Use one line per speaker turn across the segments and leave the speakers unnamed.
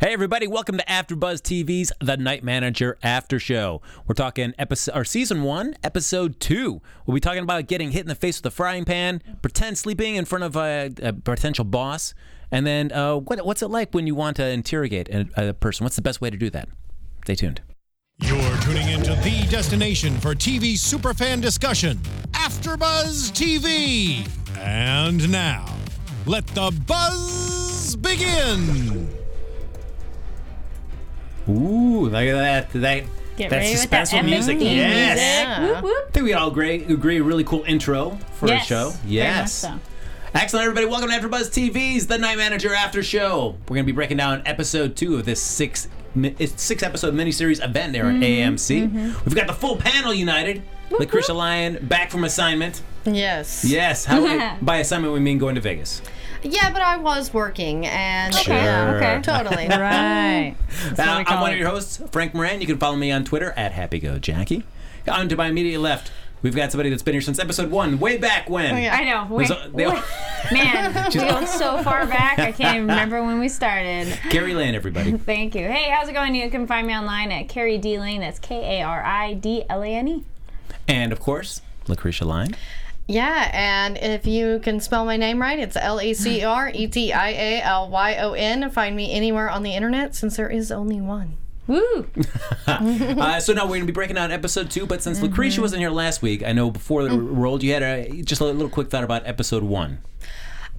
Hey everybody, welcome to AfterBuzz TV's The Night Manager After Show. We're talking episode or season 1, episode 2. We'll be talking about getting hit in the face with a frying pan, pretend sleeping in front of a, a potential boss, and then uh, what, what's it like when you want to interrogate a, a person? What's the best way to do that? Stay tuned.
You're tuning into the destination for TV superfan discussion, AfterBuzz TV. And now, let the buzz begin.
Ooh, look at that. That,
Get ready with that epic theme music. Whoop, whoop.
I think we all agree, agree a really cool intro for
Yes,
a show.
very
Yes.
much so.
Excellent, everybody. Welcome to AfterBuzz TV's The Night Manager After Show. We're going to be breaking down episode two of this six mi- it's six episode miniseries event there
Mm-hmm.
on AMC. We've got the full panel united. Lucretia Lyon back from assignment.
Yes.
Yes. How by assignment we mean going to Vegas.
Yeah, but I was working and
Sure.
yeah,
okay.
totally.
Right.
Uh, I'm one of your hosts, Frank Moran. You can follow me on Twitter at HappyGoJackie. On to my immediate left, we've got somebody that's been here since episode one, way back when.
yeah.
I know. Wait,
There's a- they-
wait. Man, we go so far back. I can't even remember when we started.
Gary Lane, everybody.
Thank you. Hey, how's it going? You can find me online at Carrie D Lane. That's K A R I D L A N E.
And of course, Lucretia Lyon.
Yeah, and if you can spell my name right, it's L A C R E T I A L Y O N. Find me anywhere on the internet since there is only one.
Woo!
Uh, so now we're going to be breaking down episode two, but since Lucretia wasn't here last week, I know before the rolled, you had a, just a little quick thought about episode one.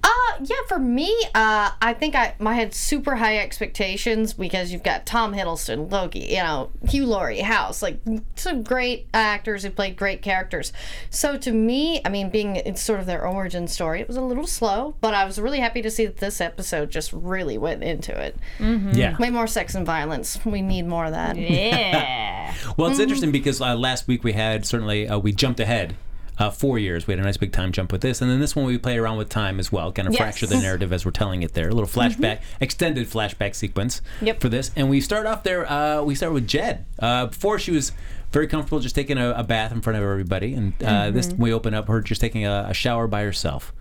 Uh, yeah, for me, uh, I think I, I had super high expectations because you've got Tom Hiddleston, Loki, you know, Hugh Laurie, House, like some great actors who played great characters. So to me, I mean, being it's sort of their origin story, it was a little slow, but I was really happy to see that this episode just really went into it.
Mm.
Yeah.
Way more sex and violence. We need more of that.
Yeah.
Well, it's interesting
Mm-hmm.
because uh, last week we had certainly, uh, we jumped ahead. Uh, four years. We had a nice big time jump with this, and then this one we played around with time as well, kind of
Yes. Mm-hmm.
fracture the narrative as we're telling it there. A little flashback, extended flashback sequence
Yep.
for this, and we start off there. Uh, we start with Jed. Uh, before she was very comfortable just taking a, a bath in front of everybody, and uh, this
Mm-hmm.
we open up her just taking a, a shower by herself,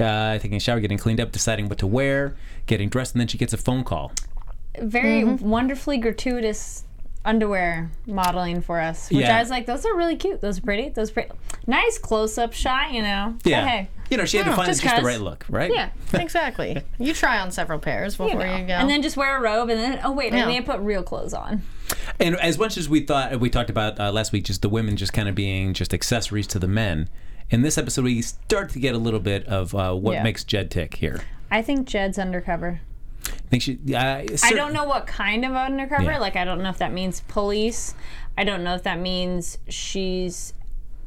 uh, taking a shower, getting cleaned up, deciding what to wear, getting dressed, and then she gets a phone call.
Very
Mm-hmm.
wonderfully gratuitous underwear modeling for us, which
Yeah.
I was like, those are really cute. Those are pretty. Those are pretty. Nice close up shot, you know. But
Yeah,
Hey.
you know she had to
Oh,
find just,
just
the
'cause.
right look, right?
Yeah.
exactly. You try on several pairs before
you
you,
know.
go.
And then just wear a robe, and then oh wait,
Yeah.
I need to put real clothes on.
And as much as we thought, we talked about uh, last week, just the women just kind of being just accessories to the men. In this episode, we start to get a little bit of uh, what
Yeah.
makes Jed tick here.
I think Jed's undercover.
I think she. Uh,
I don't know what kind of undercover.
Yeah.
Like I don't know if that means police. I don't know if that means she's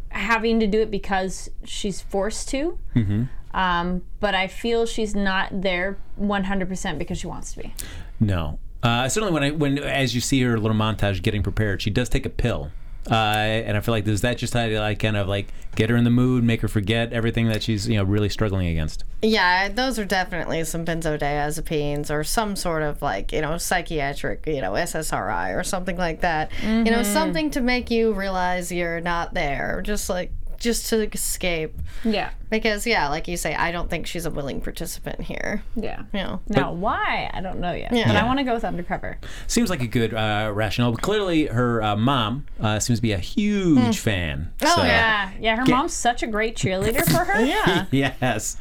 having to do it because she's forced to. Mm-hmm. Um, but I feel she's not there 100% because she wants to be.
No. Uh, certainly, when I when as you see her little montage getting prepared, she does take a pill. Uh, and I feel like does that just how to like kind of like get her in the mood, make her forget everything that she's you know really struggling against.
Yeah, those are definitely some benzodiazepines or some sort of like, you know, psychiatric, you know, SSRI or something like that. You know,
Mm-hmm.
something to make you realize you're not there, just like just to escape.
Yeah.
Because yeah, like you say, I don't think she's a willing participant here.
Yeah.
You know.
Now, why? I don't know yet. But I want to go with undercover.
Seems like a good uh, rationale. But clearly, her uh, mom uh, seems to be a huge fan. Oh
Hmm. Yeah. Yeah. Her mom's such a great cheerleader for her. yeah.
yes.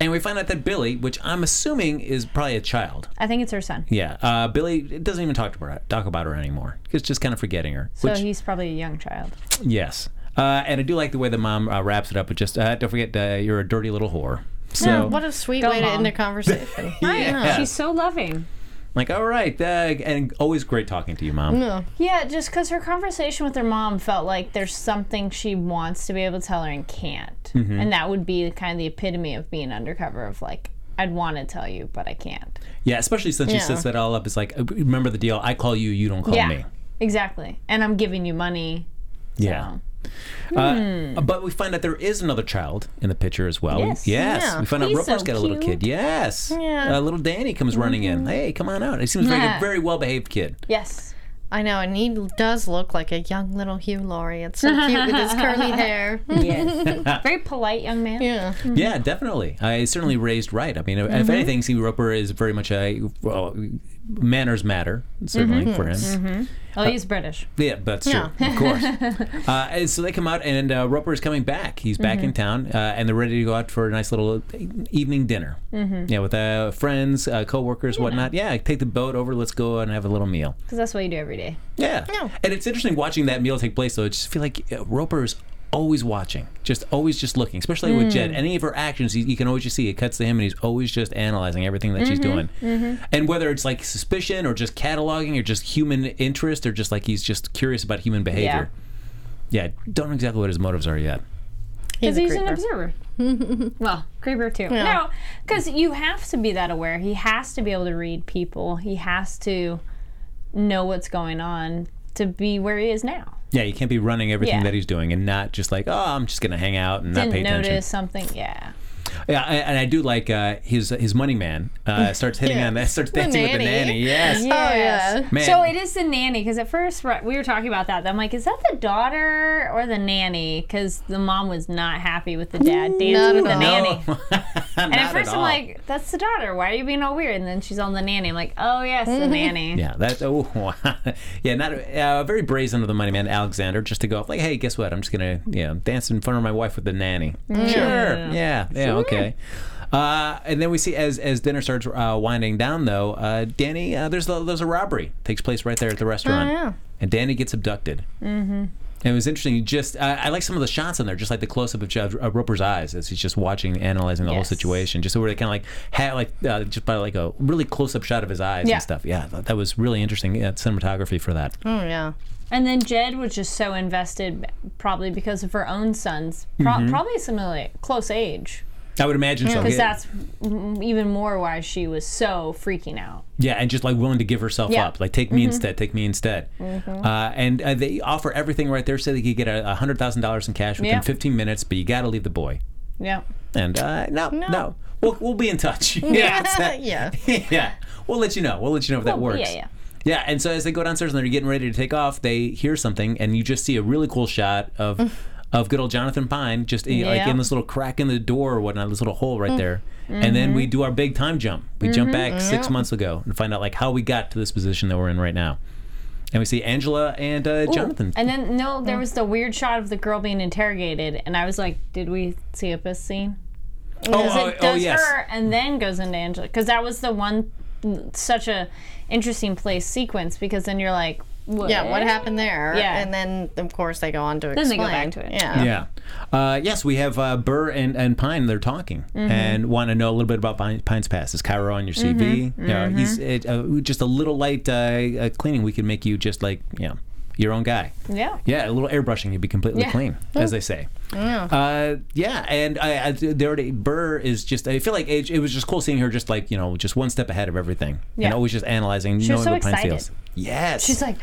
And we find out that Billy, which I'm assuming is probably a child.
I think it's her son.
Yeah. Uh, Billy doesn't even talk to her, talk about her anymore. It's just kind of forgetting her.
So
which,
he's probably a young child.
yes. Uh, and I do like the way the mom uh, wraps it up. But just uh, don't forget, uh, you're a dirty little whore. So
What a sweet
Go,
way to
Mom.
end a conversation.
yeah.
She's so loving.
like, all right, uh, and always great talking to you, mom.
Yeah, just because her conversation with her mom felt like there's something she wants to be able to tell her and can't. And that would be kind of the epitome of being undercover of like, I'd want to tell you, but I can't.
Yeah, especially since she
Yeah.
sets that all up. It's like, uh, remember the deal? I call you, you don't call
yeah.
me.
Exactly. And I'm giving you money.
Yeah. Uh, But we find out there is another child in the picture as well.
Hmm. Yes.
Yeah.
We find out
He's
Roper's
so
got a little
cute. Mm-hmm.
kid. Yes.
Yeah.
Uh, little Danny comes running in. Hey, come on out. He seems like a
Yeah.
very well behaved kid.
Yes.
I know, and he does look like a young little Hugh Laurie. It's so cute with his curly hair.
Yes. Very polite young man.
yeah.
Mm-hmm.
Yeah, definitely. Uh, he's certainly raised right. I mean, if anything, see, Roper is very much a well, manners matter certainly for him.
Oh, he's British.
Yeah, that's true. Of course. uh, and so they come out, and uh, Roper is coming back. He's back in town, uh, and they're ready to go out for a nice little evening dinner. Yeah, with uh, friends, uh, coworkers, whatnot. Yeah, take the boat over. Let's go and have a little meal.
Because that's what you do every day.
Yeah. And it's interesting watching that meal take place, though. I just feel like uh, Roper is always watching, just always just looking, especially with Jed. Any of her actions, you, you can always just see it cuts to him, and he's always just analyzing everything that she's doing. And whether it's like suspicion or just cataloging or just human interest or just like he's just curious about human behavior. Yeah, don't know exactly what his motives are yet.
Because he's,
a
an
creeper.
observer. well, creeper too. No, because you have to be that aware. He has to be able to read people. He has to know what's going on to be where he is now.
Yeah, you can't be running everything
Yeah.
that he's doing and not just like, oh, I'm just gonna hang out and not pay
Didn't notice
attention.
something. Yeah.
Yeah, I- and I do like uh, his his money man uh, starts hitting on that, starts dancing with the nanny.
nanny. Oh,
Yes,
yeah.
Man.
So it is the nanny because at first right, we were talking about that. I'm like, is that the daughter or the nanny? Because the mom was not happy with the dad
Not
dancing with the
at
nanny.
No.
And at first I'm like, that's the daughter. Why are you being all weird? And then she's on the nanny. I'm like, oh yes, the
Mm-hmm.
nanny.
yeah, that. Oh, wow. yeah, not uh, very brazen of the money man Alexander just to go up like, hey, guess what? I'm just gonna you know dance in front of my wife with the nanny.
Mm.
Sure. Yeah. Yeah. Okay. Uh, and then we see as as dinner starts uh, winding down though, uh, Danny uh, there's a, there's a robbery takes place right there at the restaurant,
Oh,
yeah.
and Danny gets abducted. Mm-hmm. And it was interesting. you Just uh, I like some of the shots in there, just like the close up of Judge, uh, Roper's eyes as he's just watching, analyzing the whole
Yes.
situation, just where they kind of like had like uh, just by like a really close up shot of his eyes
Yeah.
and stuff. Yeah, that, that was really interesting uh, cinematography for that.
Oh yeah.
And then Jed was just so invested, probably because of her own sons, pro- probably similar close age,
I would imagine so.
because
Mm-hmm. Yeah.
that's m- even more why she was so freaking out.
Yeah, and just like willing to give herself
Yeah. Mm-hmm.
up, like take me instead, take me instead. Uh, and uh, they offer everything right there, so they could get a a hundred thousand dollars in cash within
Yeah.
fifteen minutes, but you got to leave the boy.
Yeah.
And uh, no, no, we'll we'll be in touch. yeah, it's that-
yeah.
yeah. We'll let you know. We'll let you know if that
Well,
works.
yeah, yeah.
Yeah, and so as they go downstairs and they're getting ready to take off, they hear something, and you just see a really cool shot of of good old Jonathan Pine just eh, like
Mm. Yeah. Mm.
in this little crack in the door or whatnot, this little hole right there. And then
Mm-hmm.
we do our big time jump. We jump back six months ago and find out like how we got to this position that we're in right now. And we see Angela and uh, Jonathan.
And then no, there was the weird shot of the girl being interrogated, and I was like, did we see a piss scene?
oh,
Because it does her and then goes into Angela. Because that was the one, such a interesting place sequence. Because then you're like, what?
Yeah, what happened there?
Yeah.
And then, of course, they go on to
Then they
explain.
go back to it.
Yeah.
Yeah. Uh, yes, we have uh, Burr and, and Pine. They're talking
Mm-hmm.
and want to know a little bit about Pine, Pine's past. Is Cairo on your CV?
Mm-hmm.
Yeah, he's it, uh, just a little light uh, uh, cleaning. We could make you just like you know, your own guy.
Yeah.
Yeah, a little airbrushing, you'd be completely
Yeah.
clean, as they say. Yeah. Uh, yeah, and I, I, they already Burr is just. I feel like it, it was just cool seeing her, just like you know, just one step ahead of everything, and
Yeah.
always just analyzing,
She
knowing
was so
what Pine
excited.
feels. Yes,
She's like,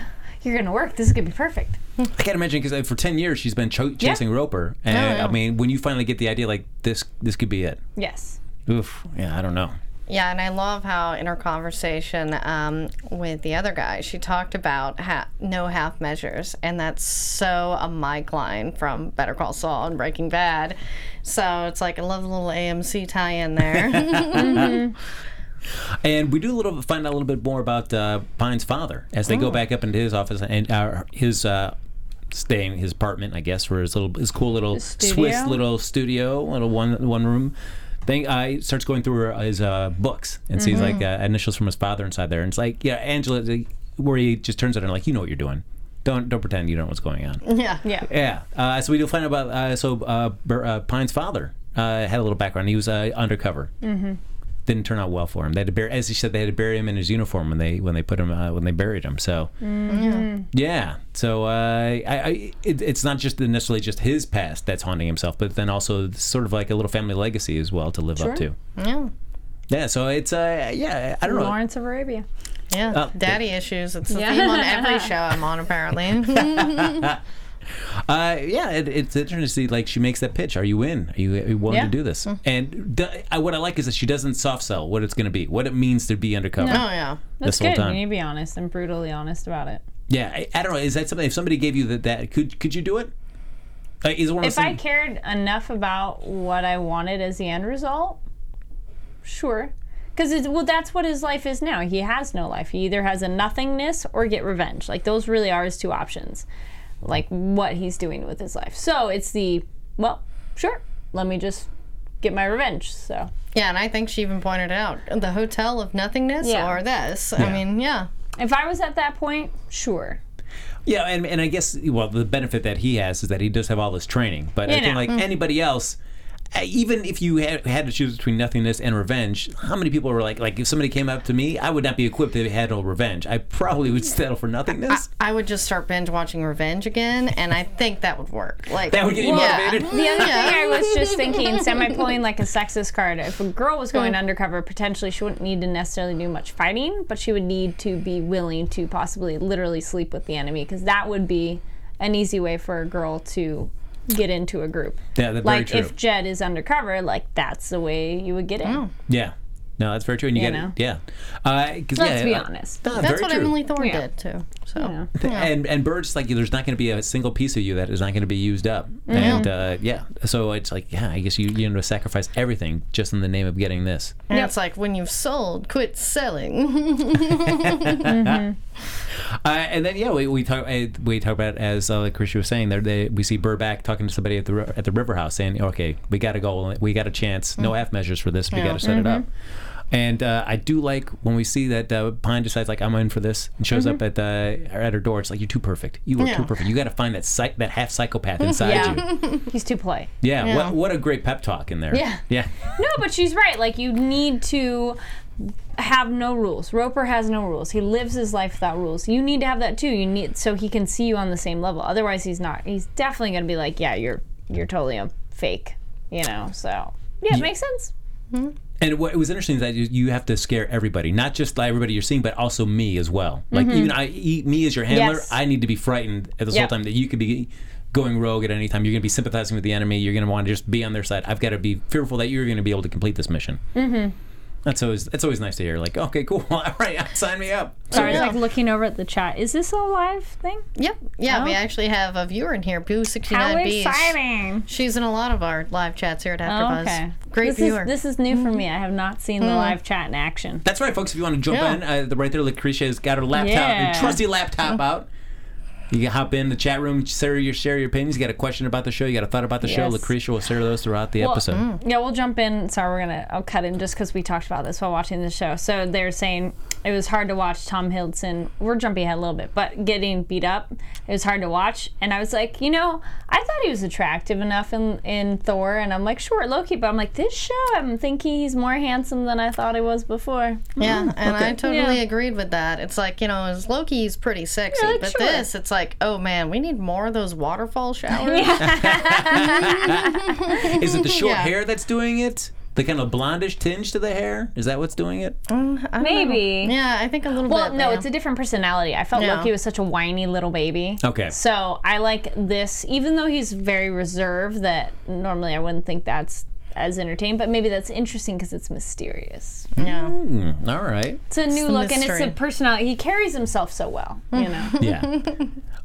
you're gonna work. This is gonna be perfect.
I can't imagine because for ten years she's been cho- chasing Roper, and
yeah.
I mean, when you finally get the idea, like this, this could be it.
Yes.
Oof. Yeah, I don't know.
Yeah, and I love how in her conversation um, with the other guy, she talked about ha- no half measures, and that's so a mic line from Better Call Saul and Breaking Bad. So it's like I love a little AMC tie-in there.
And we do a little find out a little bit more about uh, Pine's father as they go back up into his office and uh, his uh, staying his apartment, I guess, or his little his cool little
studio?
Swiss little studio, little one one room thing. Uh, he starts going through his uh, books and sees like uh, initials from his father inside there, and it's like yeah, Angela, like, where he just turns it and like you know what you're doing. Don't don't pretend you don't know what's going on.
yeah.
Yeah.
Yeah. Uh, so we do find out about uh, so uh, Bur- uh, Pine's father uh, had a little background. He was uh, undercover. Mm-hmm. Didn't turn out well for him. They had to bury, as he said, they had to bury him in his uniform when they when they put him uh, when they buried him. So yeah. So uh, I, I it, it's not just necessarily just his past that's haunting himself, but then also sort of like a little family legacy as well to live up to.
Yeah.
Yeah. So it's uh, yeah. I don't know.
Lawrence of Arabia.
Yeah.
Oh,
Daddy issues. It's the
Yeah.
theme on every show I'm on, apparently. Oh,
Uh, yeah, it, it's interesting to see. Like she makes that pitch: Are you in? Are you, are you willing
Yeah.
to
Mm.
do this? And the, I, what I like is that she doesn't soft sell what it's going to be, what it means to be undercover.
oh, yeah.
This
That's
whole
good.
time.
You need to be honest and brutally honest about it.
Yeah, I, I don't know. Is that something? If somebody gave you that, that could could you do it? Like, is it one of
If
those
I
things-
cared enough about what I wanted as the end result, sure. Because it's well, that's what his life is now. He has no life. He either has a nothingness or get revenge. Like those really are his two options. Like what he's doing with his life. So it's the well, sure. Let me just get my revenge. So
Yeah, and I think she even pointed out the hotel of nothingness
Yeah.
or this. I mean, yeah.
if I was at that point, sure.
Yeah, and, and I guess well, the benefit that he has is that he does have all this training. But I
You
think
know. Mm.
like anybody else, uh, even if you had, had to choose between nothingness and revenge, how many people were like, like if somebody came up to me, I would not be equipped to handle revenge. I probably would settle for nothingness.
I would just start binge watching Revenge again, and I think that would work. Like
That would get you
yeah.
motivated.
The other thing I was just thinking, semi pulling like a sexist card. If a girl was going undercover, potentially she wouldn't need to necessarily do much fighting, but she would need to be willing to possibly literally sleep with the enemy, because that would be an easy way for a girl to get into a group.
Yeah, that's
like
very true.
if Jed is undercover, like that's the way you would get in.
yeah, no, that's very true. And you,
You
get
know.
it. Yeah, uh, 'cause,
Let's
yeah,
be
uh,
honest.
no,
That's
very
what
true.
Emily Thorne
Yeah.
did too. So
You know.
And and birds like there's not going to be a single piece of you that is not going to be used up.
Mm-hmm.
And uh, yeah, so it's like yeah, I guess you you know sacrifice everything just in the name of getting this.
and it's like when you've sold, quit selling.
Uh, and then yeah, we, we talk uh, we talk about as uh, like Chrissy was saying there. They, we see Burback talking to somebody at the ri- at the river house saying, "Okay, we got a goal, we got a chance. No half measures for this. We got to set it up." And uh, I do like when we see that uh, Pine decides like I'm in for this and shows up at uh, at her door. It's like you're too perfect. You are
Yeah.
too perfect. You got to find that psych- that half psychopath inside you.
Yeah. He's too play.
Yeah, What, what a great pep talk in there.
Yeah.
Yeah.
No, but she's right. Like you need to have no rules. Roper has no rules. He lives his life without rules. You need to have that too. You need so he can see you on the same level. Otherwise, he's not. He's definitely going to be like, yeah, you're you're totally a fake. You know. So yeah, it makes sense.
And what was interesting is that you, you have to scare everybody, not just like everybody you're seeing, but also me as well. Like even I, e- me as your handler,
Mm-hmm. Yes.
I need to be frightened at this whole
Yep.
time that you could be going rogue at any time. You're going to be sympathizing with the enemy. You're going to want to just be on their side. I've got to be fearful that you're going to be able to complete this mission. Mm-hmm. That's always that's always nice to hear. Like okay, cool, all right, sign me up.
Sorry, like looking over at the chat. Is this a live thing?
yep. Yeah, we actually have a viewer in here, Boo sixty
Oh. How
nine B.
exciting!
She's in a lot of our live chats here at AfterBuzz.
okay,
Great
this
viewer.
Is, this is new for me. I have not seen the live chat in action.
That's right, folks. If you want to jump
Yeah.
in, uh, the right there, Lucretia's got her laptop,
Yeah.
her trusty laptop out. You can hop in the chat room, share your share your opinions. You got a question about the show, you got a thought about the show.
Yes.
Lucretia will share those throughout the episode.
Yeah, we'll mm. jump in. Sorry, we're gonna. I'll cut in just because we talked about this while watching the show. So they're saying it was hard to watch Tom Hiddleston. We're jumping ahead a little bit, but getting beat up, it was hard to watch. And I was like, you know, I thought he was attractive enough in in Thor, and I'm like, sure, Loki. But I'm like, this show, I'm thinking he's more handsome than I thought he was before.
Yeah, and I totally
Yeah.
agreed with that. It's like, you know, as Loki's pretty sexy,
Yeah, like,
but
sure.
this, it's like, oh man, we need more of those waterfall showers.
Is it the short
Yeah.
hair that's doing it? The kind of blondish tinge to the hair? Is that what's doing it?
Mm. Maybe.
yeah, I think a little
Well,
bit.
no,
yeah.
it's a different personality. I felt
Yeah.
Loki was such a whiny little baby.
Okay.
So I like this, even though he's very reserved. That normally I wouldn't think that's as entertaining, but maybe that's interesting because it's mysterious.
yeah.
All right.
It's a new
the
look, and
mystery. Hmm.
it's a personality. He carries himself so well, you know.
Yeah.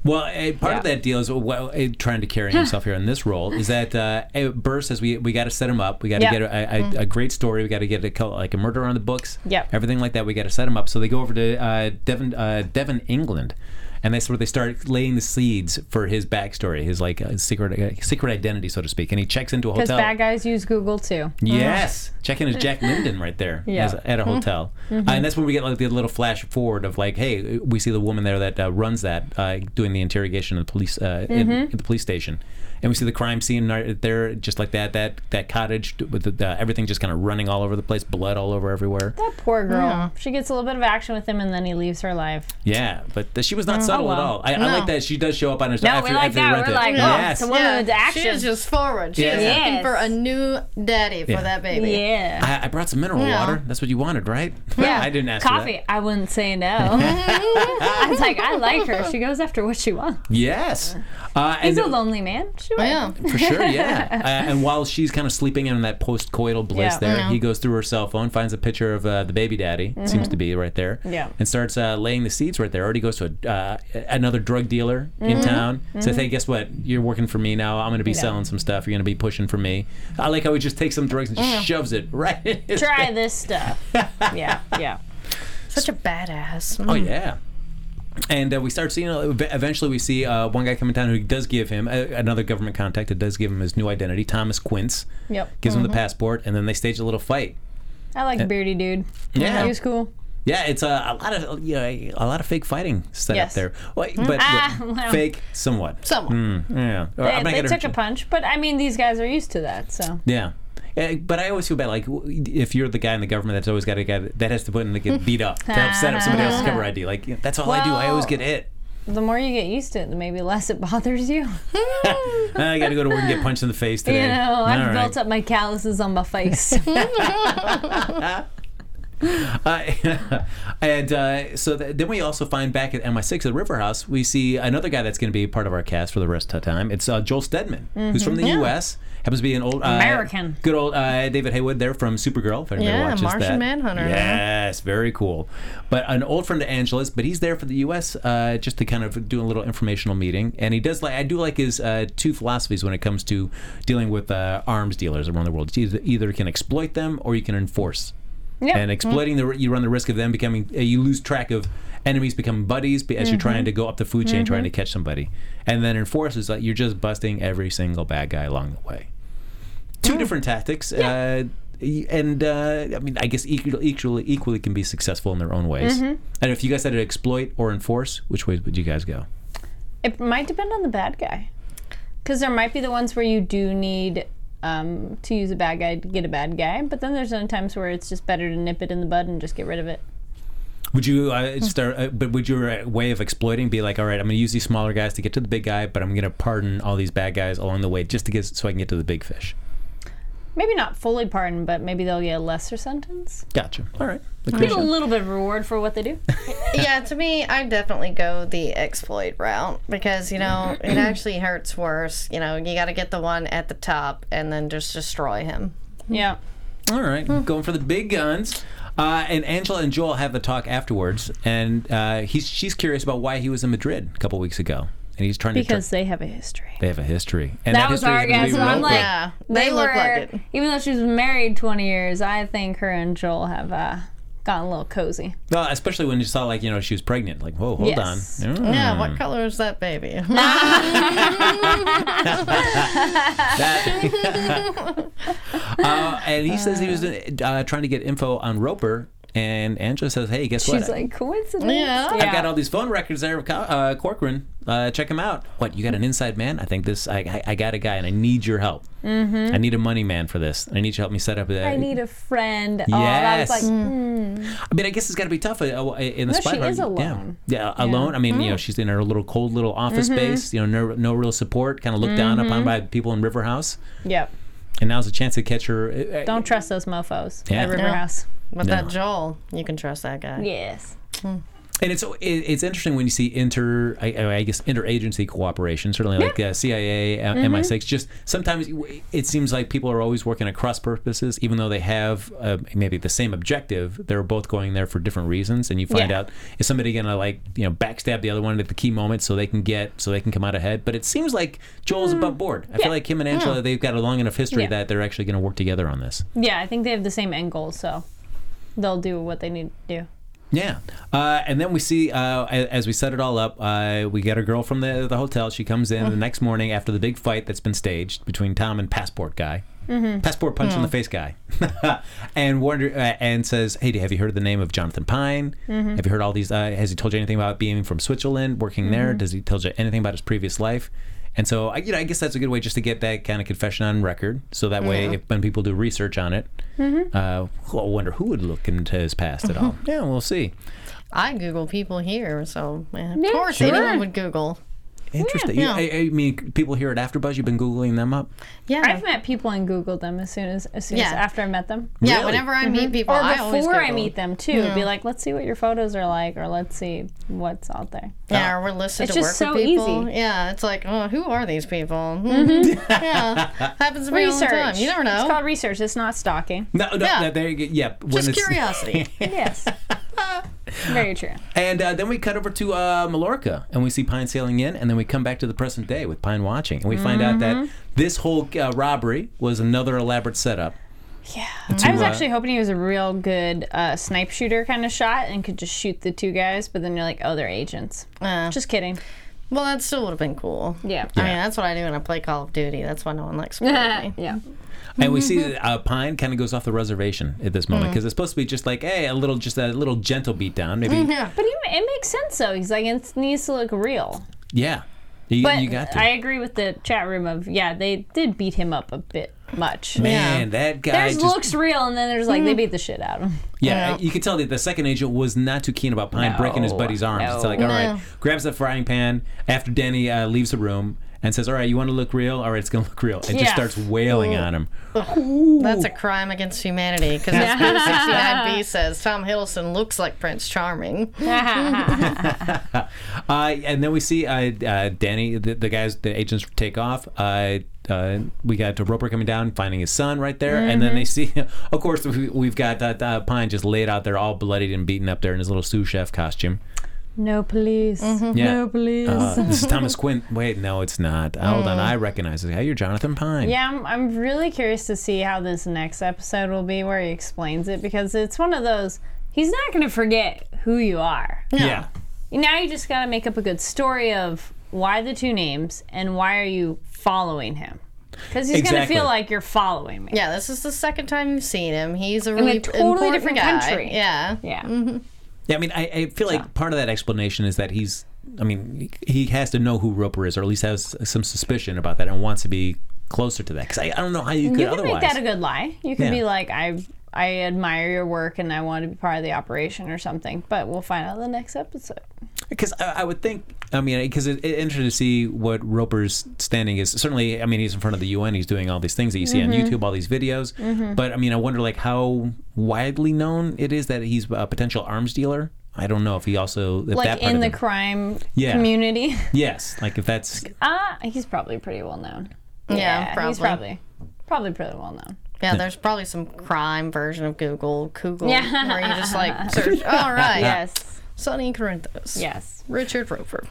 Well, eh, part of that deal is well, eh, trying to carry himself here in this role is that uh, eh, Burr says we we got to set him up. We got to
Yeah. Mm-hmm.
get a, a, a great story. We got to get a, co- like a murder on the books.
Yep.
Everything like that. We got to set him up. So they go over to uh, Devon, uh, Devon, England, and that's where they start laying the seeds for his backstory, his like uh, secret uh, secret identity, so to speak. And he checks into a
Because
hotel.
bad guys use Google too.
Yes, checking is Jack Linden right there
Yeah. Mm-hmm.
as- at a hotel, Uh, and that's when we get like the little flash forward of like, hey, we see the woman there that uh, runs that uh, doing the interrogation of the police uh, in,
Mm-hmm.
at the police station, and we see the crime scene right there, just like that that that cottage with the, uh, everything just kind of running all over the place, blood all over everywhere.
That poor girl. She gets a little bit of action with him, and then he leaves her life.
Yeah, but th- she was not subtle at
well.
all. I, I like that she does show up on her.
Oh, No,
after,
we like
after they
that.
rent
We're
it.
like, oh,
yes.
so what
Yeah,
of the action.
She is just forward. She is
Yeah.
looking for
Yes.
a new daddy for
Yeah.
that baby.
Yeah.
I, I brought some mineral
Yeah.
water. That's what you wanted, right?
Yeah.
I didn't ask for that.
Coffee. I wouldn't say no. I was like, I like her. She goes after what she wants.
Yes. Uh,
He's
and-
a lonely man. Sure.
Yeah.
For sure, yeah. uh, and while she's kind of sleeping in that post-coital bliss
Yeah. Mm-hmm.
there, he goes through her cell phone, finds a picture of uh, the baby daddy, seems to be right there,
Yeah.
and starts uh, laying the seeds right there. Already goes to a, uh, another drug dealer
Mm-hmm.
in town. So hey, guess what? You're working for me now. I'm going to be selling some stuff. You're going to be pushing for me. I like how he just takes some drugs and just shoves it right. in his-
Mm. Try this stuff. yeah, yeah.
Such a badass.
Oh yeah. And uh, we start seeing. Eventually, we see uh, one guy coming down who does give him uh, another government contact. Who does give him his new identity, Thomas Quince.
Yep.
Gives him the passport, and then they stage a little fight.
I like Beardy Dude.
Yeah.
He was cool.
Yeah, it's a, a lot of you know, a lot of fake fighting set
Yes.
up there. Well, but
Ah,
well,
well.
fake somewhat. Mm,
Someone.
Yeah, Or I'm not
They, they
gonna
took a
hurt you.
punch, but I mean, these guys are used to that, so.
Yeah. Eh, But I always feel bad, like w- if you're the guy in the government that's always got a guy that that has to put in to get beat up to help set up somebody else's cover ID. Like yeah, that's all I do. I always
Ah. Well-
get hit.
The more you get used to it, the maybe less it bothers you.
I got to go to work and get punched in the face today.
You know, I've
All right.
built up my calluses on my face.
Uh, and uh, so th- then we also find back at MI6 at River House, we see another guy that's going to be part of our cast for the rest of time. It's uh, Joel Stedman, who's from
Mm-hmm.
the U.S. Happens to be an old uh,
American.
Good old uh, David Haywood there from Supergirl. If anybody
Yeah,
watches
Martian
that.
Manhunter.
Yes, very cool. But an old friend of Angela's, but he's there for the U.S. Uh, just to kind of do a little informational meeting. And he does like I do like his uh, two philosophies when it comes to dealing with uh, arms dealers around the world. It's either, either you can exploit them or you can enforce
Yeah.
and exploiting the you run the risk of them becoming uh, you lose track of enemies become buddies be- as you're trying to go up the food chain trying to catch somebody and then enforce is like you're just busting every single bad guy along the way two different tactics uh, y- and uh, I mean, I guess equally, equally, equally can be successful in their own ways. And if you guys had to exploit or enforce, which ways would you guys go?
It might depend on the bad guy. Because there might be the ones where you do need um, to use a bad guy to get a bad guy, but then there's other times where it's just better to nip it in the bud and just get rid of it.
Would you uh, start? Uh, but would your uh, way of exploiting be like, all right, I'm going to use these smaller guys to get to the big guy, but I'm going to pardon all these bad guys along the way just to get so I can get to the big fish?
Maybe not fully pardoned, but maybe they'll get a lesser sentence.
Gotcha. All right.
Get a little bit of reward for what they do.
Yeah, to me, I definitely go the exploit route because, you know,
Mm.
it actually hurts worse. You know, you got to get the one at the top and then just destroy him.
yeah.
All right. Going for the big guns. Uh, and Angela and Joel have a talk afterwards, and uh, he's she's curious about why he was in Madrid a couple weeks ago, and he's trying
Because
to.
they have a history.
they have a history, and
That was
history is
our
gonna be
guess, and I'm
real
like-
quick.
Yeah, they, look
were-
like it.
Even though she was married 20 years, I think her and Joel have uh, gotten a little cozy.
Well, especially when you saw like you know she was pregnant, like whoa, hold
Yes.
on, Mm,
Yeah, what color is that baby?
that. uh, and he says he was uh, trying to get info on Roper, and Angela says, hey, guess what?
She's like, coincidence.
Yeah.
I've got all these phone records there of Co- uh, Corcoran. Uh, check him out. What you got an inside man? I think this. I I, I got a guy, and I need your help. I need a money man for this. I need you to help me set up. A,
Mm-hmm. I need a friend. Oh, I
Yes.
was like,
I mean, I guess it's got to be tough uh, uh, in the
No,
spot.
she
hard-
is alone. Mm. Mm-hmm.
Yeah, yeah, alone. I mean, you know, she's in her little cold little office space. You know, no, no real support. Kind of looked down upon by people in River House.
yep.
And now's a chance to catch her. uh, uh,
Don't trust those mofos
Yeah.
at River
Yeah.
House.
But
No.
that Joel, you can trust that guy.
Yes.
And it's it- it's interesting when you see inter I, I guess interagency cooperation, certainly like uh, CIA, uh,
Mm-hmm.
MI6. Just sometimes you- it seems like people are always working at cross purposes, even though they have uh, maybe the same objective. They're both going there for different reasons, and you find
Yeah.
out is somebody going to like you know backstab the other one at the key moment so they can get so they can come out ahead. But it seems like Joel's above board. I
Mm. Yeah.
feel like him and Angela they've got a long enough history
Yeah.
that they're actually going to work together on this.
Yeah, I think they have the same end goal, so they'll do what they need to do.
Yeah, uh, and then we see uh, a- as we set it all up, uh, we get a girl from the the hotel. She comes in the next morning after the big fight that's been staged between Tom and Passport Guy, Passport Punch in
Hmm.
the Face Guy, and wonder uh, and says, "Hey, have you heard the name of Jonathan Pine?
Mm-hmm.
Have you heard all these? Uh, has he told you anything about being from Switzerland, working there? Does he tell you anything about his previous life?" And so, I- you know, I guess that's a good way just to get that kind of confession on record, so that way, if, when people do research on it,
Mm-hmm.
uh, I wonder who would look into his past at all. Yeah, we'll see.
I Google people here, so eh,
Yeah,
of course
sure.
anyone would Google.
Interesting.
Yeah.
You- I, I mean, people here at AfterBuzz, you've been googling them up.
Yeah.
I've met people and Googled them as soon as as soon as
Yeah.
after I met them.
yeah,
Really?
whenever I meet people,
Mm-hmm. Or
I always
before I
Google.
meet them too. Be like, let's see what your photos are like or let's see what's out there.
Yeah, or we're listed
It's
to
just
work with
so
people.
easy. Mm-hmm.
Yeah, it's like, oh, who are these people? Mhm. yeah, happens to me all the
Research.
time. You never
It's
know.
called research. It's not stalking.
No, no,
Yeah.
no, there you go. Yeah, when
Just
it's-
curiosity.
yes. Very true.
And uh, then we cut over to uh, Mallorca and we see Pine sailing in, and then we come back to the present day with Pine watching, and we find out
Mm-hmm.
that this whole uh, robbery was another elaborate setup.
I was
uh,
actually hoping he was a real good uh, snipe shooter kind of shot and could just shoot the two guys, but then you're like, oh, they're agents.
Uh,
Just kidding.
well, that still would have been cool.
Yeah.
I mean, that's what I do when I play Call of Duty. That's why no one likes me.
yeah.
And we
Mm-hmm.
see that uh, Pine kind of goes off the reservation at this
Mm.
moment because it's supposed to be just like, hey, a little, just a little gentle beat down, maybe.
Yeah.
But he, it makes sense, though. He's like, it needs to look real.
Yeah, you,
But
you got to.
I agree with the chat room of, yeah, they did beat him up a bit much.
Man, that guy
There's
just
looks real, and then there's like, they beat the shit out of him.
Yeah,
Yeah.
you can tell that the second agent was not too keen about Pine breaking his
No,
buddy's arms. It's like, all right, grabs the frying pan after Danny uh, leaves the room and says, all right, you want to look real? All right, it's going to look real. And just
Yeah.
starts wailing on him.
That's a crime against humanity because as Bill 69B says, Tom Hiddleston looks like Prince Charming.
Uh, and then we see uh, uh, Danny, the, the guys, the agents take off. Uh, uh, we got Roper coming down, finding his son right there, and then they
Mm-hmm.
see. Of course, we, we've got uh, uh, Pine just laid out there, all bloodied and beaten up there in his little sous chef costume.
No police.
Yeah.
No police.
Uh, this is Thomas Quinn. Wait, no, it's not. Hold on, I recognize this guy. You're Jonathan Pine.
Mm. Yeah, I'm, I'm really curious to see how this next episode will be where he explains it because it's one of those, he's not going to forget who you are.
Yeah.
Now you just got to make up a good story of why the two names and why are you following him? Because he's going to
Exactly.
feel like you're following me.
Yeah, this is the second time you've seen him. He's a really
totally
important
different
guy.
country.
Yeah.
Yeah.
Yeah, I mean, I, I feel like part of that explanation is that he's, I mean, he has to know who Roper is, or at least has some suspicion about that, and wants to be closer to that. Because I, I don't know how you could
You can
otherwise.
make that a good lie. You can
Yeah.
be like, I I admire your work and I want to be part of the operation or something. But we'll find out in the next episode.
Because I, I would think, I mean, because it, it interesting to see what Roper's standing is. Certainly, I mean, he's in front of the UN. He's doing all these things that you see on YouTube, all these videos. But I mean, I wonder like how widely known it is that he's a potential arms dealer. I don't know if he also if that
Like
part
in
of
the
him-
crime
Yeah.
community.
yes, like if that's
Uh, he's probably pretty well known.
Yeah,
He's probably probably pretty well known.
Yeah, there's probably some crime version of Google, Google, where you just like search. All right,
Yes.
Sonny Corinthos.
Yes.
Richard Roper.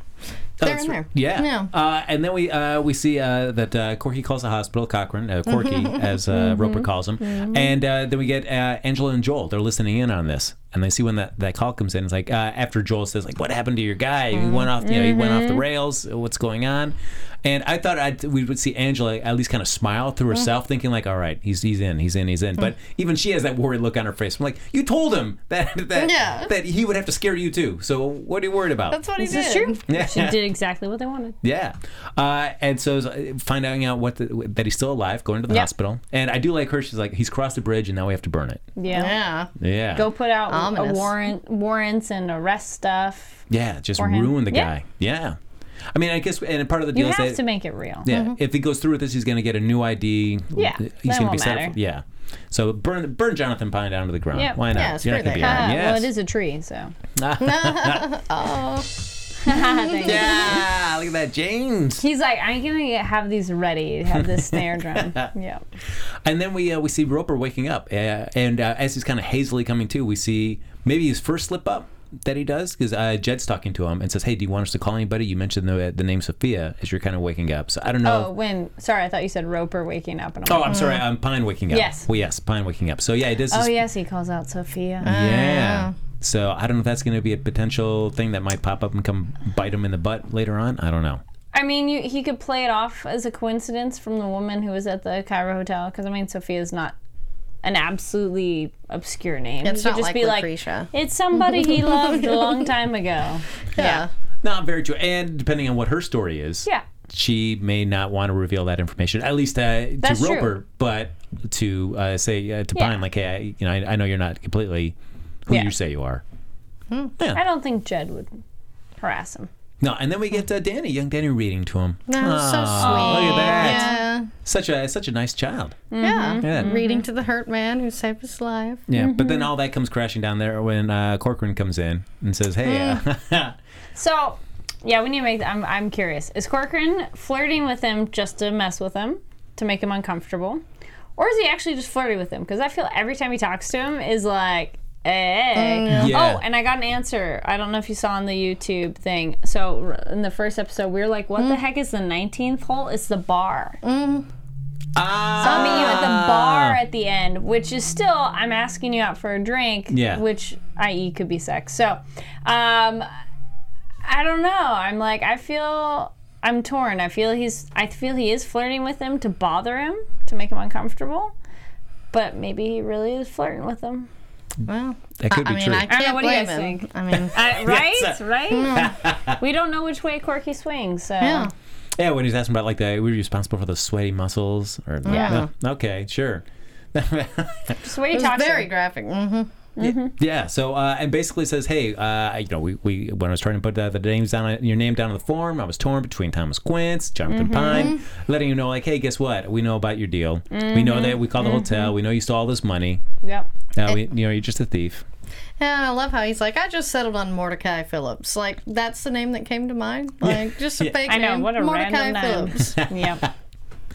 They're in there.
Oh, Yeah.
Yeah.
Uh, and then we uh, we see uh, that uh, Corky calls the hospital, Cochrane, uh, Corky,
Mm-hmm.
as uh, Roper calls him. And uh, then we get uh, Angela and Joel. They're listening in on this. And they see when that, that call comes in. It's like, uh, after Joel says, like, what happened to your guy? He went off, you know, he went off
Mm-hmm.
the rails. What's going on? And I thought I'd, we would see Angela at least kind of smile to
Mm-hmm.
herself, thinking like, all right, he's, he's in, he's in, he's in. But even she has that worried look on her face. I'm like, you told him that that,
Yeah.
that he would have to scare you too. So what are you worried about?
That's what he
This
did.
is true. She did exactly what they wanted.
Yeah, uh, and so it's, uh, finding out what the, that he's still alive, going to the
Yeah.
hospital, and I do like her. She's like, he's crossed the bridge, and now we have to burn it.
Yeah.
Yeah.
Yeah,
Mm. Go put out a
Ominous.
warrant, warrants and arrest stuff.
yeah, just
him.
ruin the
Yeah.
guy. Yeah, I mean, I guess, and part of the
You
deal is
have
that
to make it real.
yeah, if he goes through with this, he's going to get a new ID.
Yeah,
he's gonna
that
be
won't
set up
matter.
for- yeah, so burn burn Jonathan Pine down to the ground.
Yeah.
Why not?
Yeah, screw
You're not going to be
that
on.
Uh,
Yes.
Well, it is a tree, so.
Oh,
Thank you.
Yeah, look at that, James.
He's like, I'm gonna have these ready to have this snare drum. Yeah.
And then we uh, we see Roper waking up, uh, and uh, as he's kind of hazily coming to, we see maybe his first slip up that he does because uh, Jed's talking to him and says, "Hey, do you want us to call anybody?" You mentioned the the name Sophia as you're kind of waking up, so I don't
Oh,
know.
when? Sorry, I thought you said Roper waking up. And I'm
Oh,
like,
I'm sorry, I'm Pine waking up.
Yes.
Well, yes, Pine waking up. So yeah, he does.
oh
This,
yes, he calls out Sophia.
Mm-hmm. yeah. So I don't know if that's going to be a potential thing that might pop up and come bite him in the butt later on. I don't know.
I mean, you, he could play it off as a coincidence from the woman who was at the Cairo hotel, because I mean, Sophia's not an absolutely obscure name.
It's
You could
not
just
like
be
Lucretia.
like, it's somebody he loved a long time ago.
yeah.
Not very true. And depending on what her story is,
Yeah.
she may not want to reveal that information, at least uh, to
That's true.
Roper, but to uh, say uh, to
Yeah.
Pine, like, hey, I, you know, I, I know you're not completely who
Yeah.
you say you are.
I don't think Jed would harass him.
No, and then we get uh, Danny, young Danny, reading to him.
That was so
Aw,
sweet.
Look at that!
Yeah.
Such a such a nice child.
Mm-hmm.
Yeah.
Yeah.
Reading to the hurt man who saved his life.
Yeah,
Mm-hmm.
but then all that comes crashing down there when uh, Corcoran comes in and says, "Hey,
Mm.
uh,
So, yeah, we need to make. I'm, I'm curious. Is Corcoran flirting with him just to mess with him, to make him uncomfortable, or is he actually just flirting with him? Because I feel every time he talks to him is like, Hey.
Yeah.
Oh, and I got an answer. I don't know if you saw on the YouTube thing. So r- in the first episode, we were like, "What the heck is the 19th hole? It's the bar." So I'll meet you at
Ah,
the bar at the end, which is still I'm asking you out for a drink,
Yeah.
which i.e. could be sex. So, um, I don't know. I'm like I feel I'm torn. I feel he's I feel he is flirting with him to bother him to make him uncomfortable, but maybe he really is flirting with him.
Well,
That could
I,
be
mean,
true.
I
don't know,
can't
what do you
blame
guys
him.
think?
I mean,
Uh, right,
That's
right. we don't know which way Corky swings. So
yeah.
yeah, when he's asking about like the, were you responsible for the sweaty muscles or
Yeah.
No. Okay, sure.
just way he
It's
talks.
very graphic. Mm-hmm.
Yeah. So uh, and basically says, hey, uh, you know, we, we when I was trying to put uh, the, the names down on- your name down on the form, I was torn between Thomas Quince, Jonathan Pine, letting you know like, hey, guess what? We know about your deal. We know that we called the hotel. We know you stole all this money.
Yep.
Uh, we, you know, you're just a thief.
Yeah, I love how he's like, I just settled on Mordecai Phillips. Like, that's the name that came to mind. Like, just a fake
I know
name.
what a
Mordecai
random name.
Phillips.
Yep.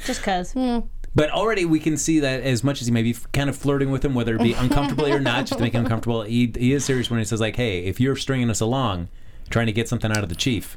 Just cause.
But already we can see that as much as he may be f- kind of flirting with him, whether it be uncomfortably or not, just to make him uncomfortable, he, he is serious when he says like, hey, if you're stringing us along, trying to get something out of the chief.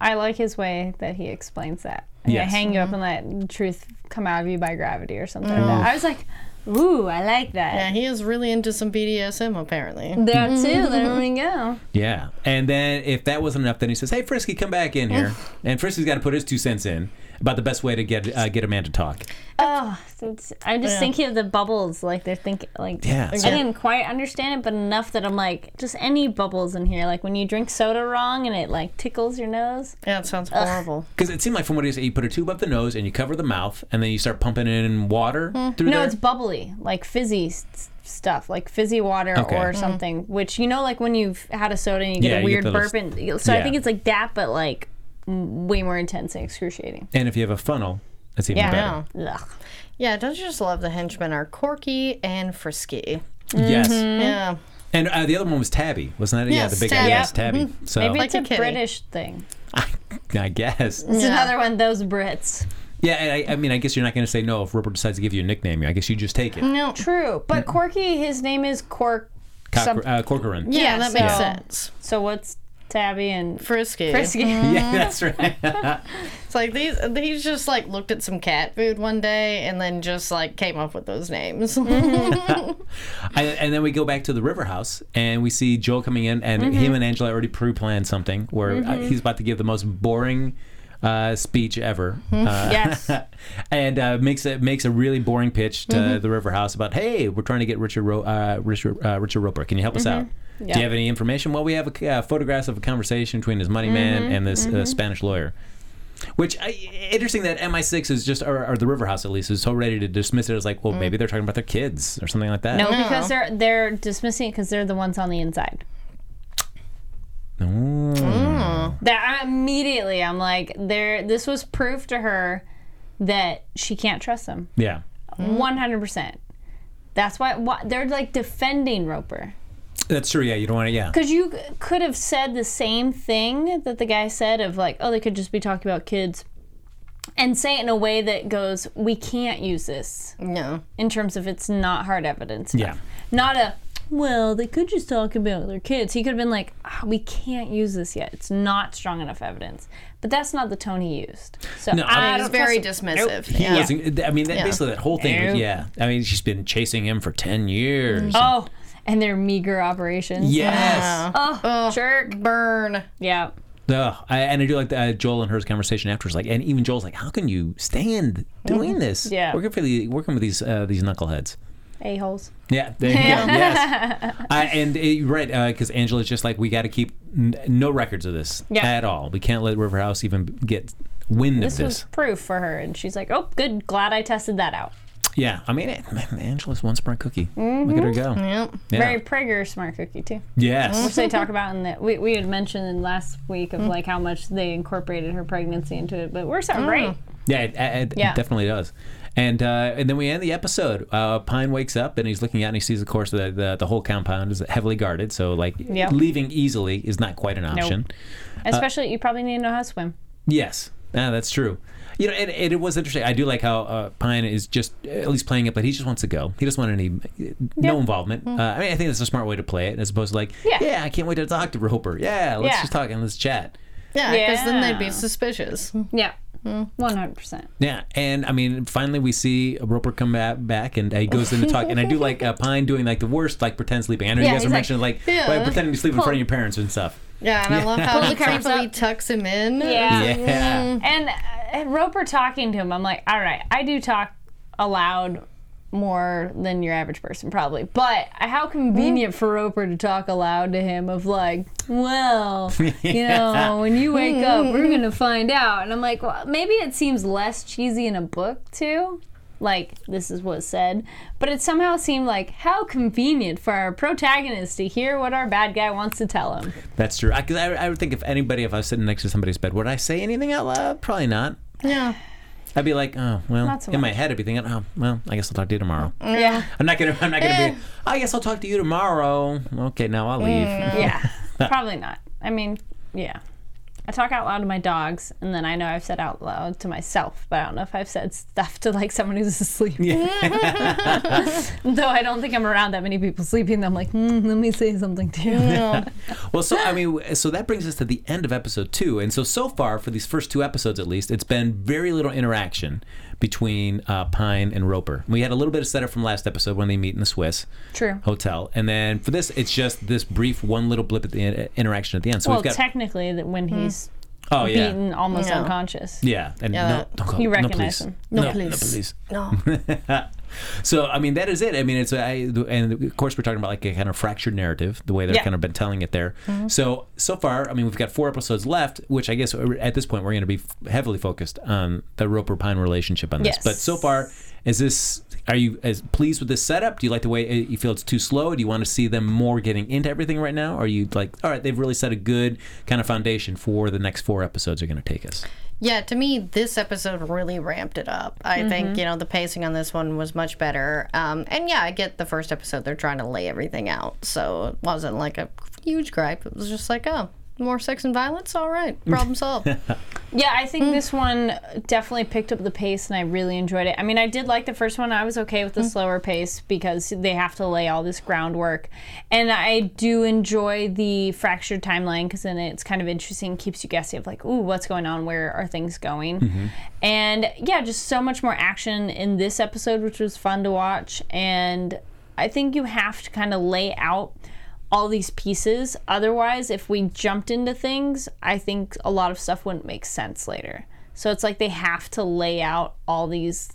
I like his way that he explains that. I'm
Yes.
gonna hang you up and let the truth come out of you by gravity or something.
Mm.
like that. I was like, ooh, I like that.
yeah, he is really into some BDSM, apparently.
There too, there we go.
Yeah. And then if that wasn't enough, then he says, "Hey, Frisky, come back in here." and Frisky's got to put his two cents in about the best way to get uh, get a man to talk.
Oh, it's, I'm just thinking of the bubbles, like they're thinking, like
Yeah, so-
I didn't quite understand it, but enough that I'm like, just any bubbles in here, like when you drink soda wrong and it like tickles your nose.
Yeah, it sounds horrible.
Because it seemed like from what he said, you put a tube up the nose and you cover the mouth, and then you start pumping in water through
Mm. No,
there.
it's bubbly, like fizzy s- stuff, like fizzy water
Okay.
or something. Which you know, like when you've had a soda and you get
Yeah,
a
you get
weird
the
burp, and so
yeah.
I think it's like that, but like m- way more intense and excruciating.
and if you have a funnel, that's even
Yeah.
better.
Ugh.
Yeah, don't you just love the henchmen are quirky and frisky?
Mm-hmm.
Yes.
Yeah.
And uh, the other one was Tabby, wasn't that? it? yeah,
Yes,
the big
Tabby.
ass Tabby. So
Mm-hmm. Maybe Mm.
Like
it's
a
a,
kitty.
British thing.
I, I guess.
It's another one. of Those Brits.
Yeah. And I, I mean, I guess you're not going to say no if Rupert decides to give you a nickname. I guess you just take it.
Mm-hmm.
No.
True, but Corky, his name is Cork.
Mm. Cock-
some-
uh, Corcoran.
Yeah,
Yeah,
that makes
so-
sense.
So what's Tabby and
Frisky.
Frisky?
Yeah, that's right.
It's like these. He's just like looked at some cat food one day and then just like came up with those names.
Mm-hmm.
And, and then we go back to the river house and we see Joel coming in, and
Mm-hmm.
him and Angela already pre planned something where uh, he's about to give the most boring uh, speech ever. Uh,
Mm-hmm. Yes. Mm-hmm.
and uh, makes a, makes a really boring pitch to the river house about, hey, we're trying to get Richard, Ro- uh, Richard, uh, Richard Roper. Can you help us out? Do
Mm-hmm. Yeah.
you have any information? Well, we have a, uh, photographs of a conversation between his money man
Mm-hmm.
and this uh, Spanish lawyer. Which I, interesting that MI6 is just or, or the River House at least is so ready to dismiss it as like, well, maybe they're talking about their kids or something like that.
Mm. No, because they're they're dismissing it because they're the ones on the inside.
Mm.
That I- immediately, I'm like, there. This was proof to her that she can't trust them.
Yeah.
One hundred percent. That's why, why they're like defending Roper
That's true. Yeah, you don't want to. Yeah,
because you c- could have said the same thing that the guy said of like, oh, they could just be talking about kids, and say it in a way that goes, we can't use this
no.
in terms of it's not hard evidence.
yeah,
not a well they could just talk about their kids he could have been like "Ah, we can't use this yet it's not strong enough evidence but that's not the tone he used so
No, I mean,
I
he's
don't
It's very
trust him.
dismissive.
he
yeah.
wasn't. I mean, that, basically that whole thing. was-
Nope.
yeah, I mean, she's been chasing him for ten years.
oh and their meager operations
Yes.
oh, jerk
Burn.
yeah
Ugh. I, and I do like the, uh, Joel and hers conversation afterwards. Like, and even Joel's like, "How can you stand doing this?
Mm-hmm. Yeah.
working for the working with these uh, these knuckleheads."
a-holes
Yeah, there you go. yes. I, and it, right, because Angela's just like, we got to keep n- no records of this
Yeah.
at all. We can't let Riverhouse even get wind
this
of this.
was proof for her and she's like oh good glad i tested that out
yeah, I mean, it, man, Angela's one smart cookie. Look at
Mm-hmm.
her go.
Yep.
Yeah.
Mary Prager smart cookie too
yes.
which they talk about in that we, we had mentioned in last week of like how much they incorporated her pregnancy into it but works out great
Yeah, it, it, it
Yeah.
definitely does. And uh, and then we end the episode. Uh, Pine wakes up and he's looking out and he sees, of course, the the, the whole compound is heavily guarded. So like
Yeah.
leaving easily is not quite an option.
especially you probably need to know how to swim
Yes, ah, that's true. You know, and, and it was interesting. I do like how uh, Pine is just at least playing it, but he just wants to go. He doesn't want any no
Yeah. Mm-hmm.
involvement. Uh, I mean, I think that's a smart way to play it, as opposed to like, yeah,
Yeah.
I can't wait to talk to Roper. Yeah, let's
Yeah.
just talk and let's chat.
Yeah, because then they'd
Yeah.
be suspicious.
Yeah. One hundred percent.
Yeah, and I mean, finally we see Roper come ba- back, and uh, he goes in to talk. And I do like uh, Pine doing like the worst, like pretend sleeping. I know
Yeah,
you guys
he's
were
like, Uh,
mentioning like,
"Yeah,
well, pretending to sleep in front of your parents and stuff.
Yeah, and I love how
Pull
he
the curtains
carefully
up.
tucks him in.
Yeah.
Yeah,
And, uh, and Roper talking to him, I'm like, all right, I do talk aloud more than your average person probably, but how convenient for Roper to talk aloud to him of like, well, you know, when you wake up, we're gonna find out. And I'm like, well, maybe it seems less cheesy in a book too. Like this is what's said, but it somehow seemed like how convenient for our protagonist to hear what our bad guy wants to tell him.
that's true. Because I, I would think if anybody, if I was sitting next to somebody's bed, would I say anything out loud? Probably not.
Yeah.
I'd be like, oh well.
Not so
in my
much. Mm.
head, I'd be thinking, oh well, I guess I'll talk to you tomorrow.
Yeah,
I'm not gonna. I'm not gonna
Eh.
Mm.
be. I guess I'll talk to you tomorrow. Okay, now I'll leave.
Yeah, probably not. I mean, yeah. I talk out loud to my dogs, and then I know I've said out loud to myself, but I don't know if I've said stuff to like someone who's asleep. Though I don't think I'm around that many people sleeping. I'm like, mm, let me say something to you.
Well, so I mean, w- so that brings us to the end of episode two, and so so far for these first two episodes, at least, it's been very little interaction between uh, Pine and Roper. We had a little bit of setup from last episode when they meet in the Swiss
True.
hotel, and then for this, it's just this brief one little blip at the in- interaction at the end. So
Well,
we've got
technically, that when he's
oh yeah,
beaten almost
Yeah.
unconscious.
yeah, and
Yeah.
no, don't go,
You
no,
recognize
please.
him.
No, please.
no, please.
No.
So I mean that is it. I mean it's I, and of course we're talking about like a kind of fractured narrative, the way they're
Yeah. Mm-hmm.
kind of been telling it there. So so far, I mean we've got four episodes left, which I guess uh, at this point we're going to be heavily focused on the Roper Pine relationship on this.
Yes.
But so far, is this are you as pleased with this setup? Do you like the way uh, you feel it's too slow? Do you want to see them more getting into everything right now? Or are you like all right, they've really set a good kind of foundation for the next four episodes are going to take us?
Yeah, to me, this episode really ramped it up. I
Mm-hmm.
think, you know, the pacing on this one was much better. Um, and yeah, I get the first episode, they're trying to lay everything out. So it wasn't like a huge gripe. It was just like, oh, more sex and violence? All right. Problem solved.
Yeah, I think this one definitely picked up the pace, and I really enjoyed it. I mean, I did like the first one. I was okay with the slower pace because they have to lay all this groundwork, and I do enjoy the fractured timeline because then it's kind of interesting, keeps you guessing of like, ooh, what's going on? Where are things going? And yeah, just so much more action in this episode, which was fun to watch. And I think you have to kind of lay out all these pieces. Otherwise, if we jumped into things, I think a lot of stuff wouldn't make sense later. So it's like they have to lay out all these,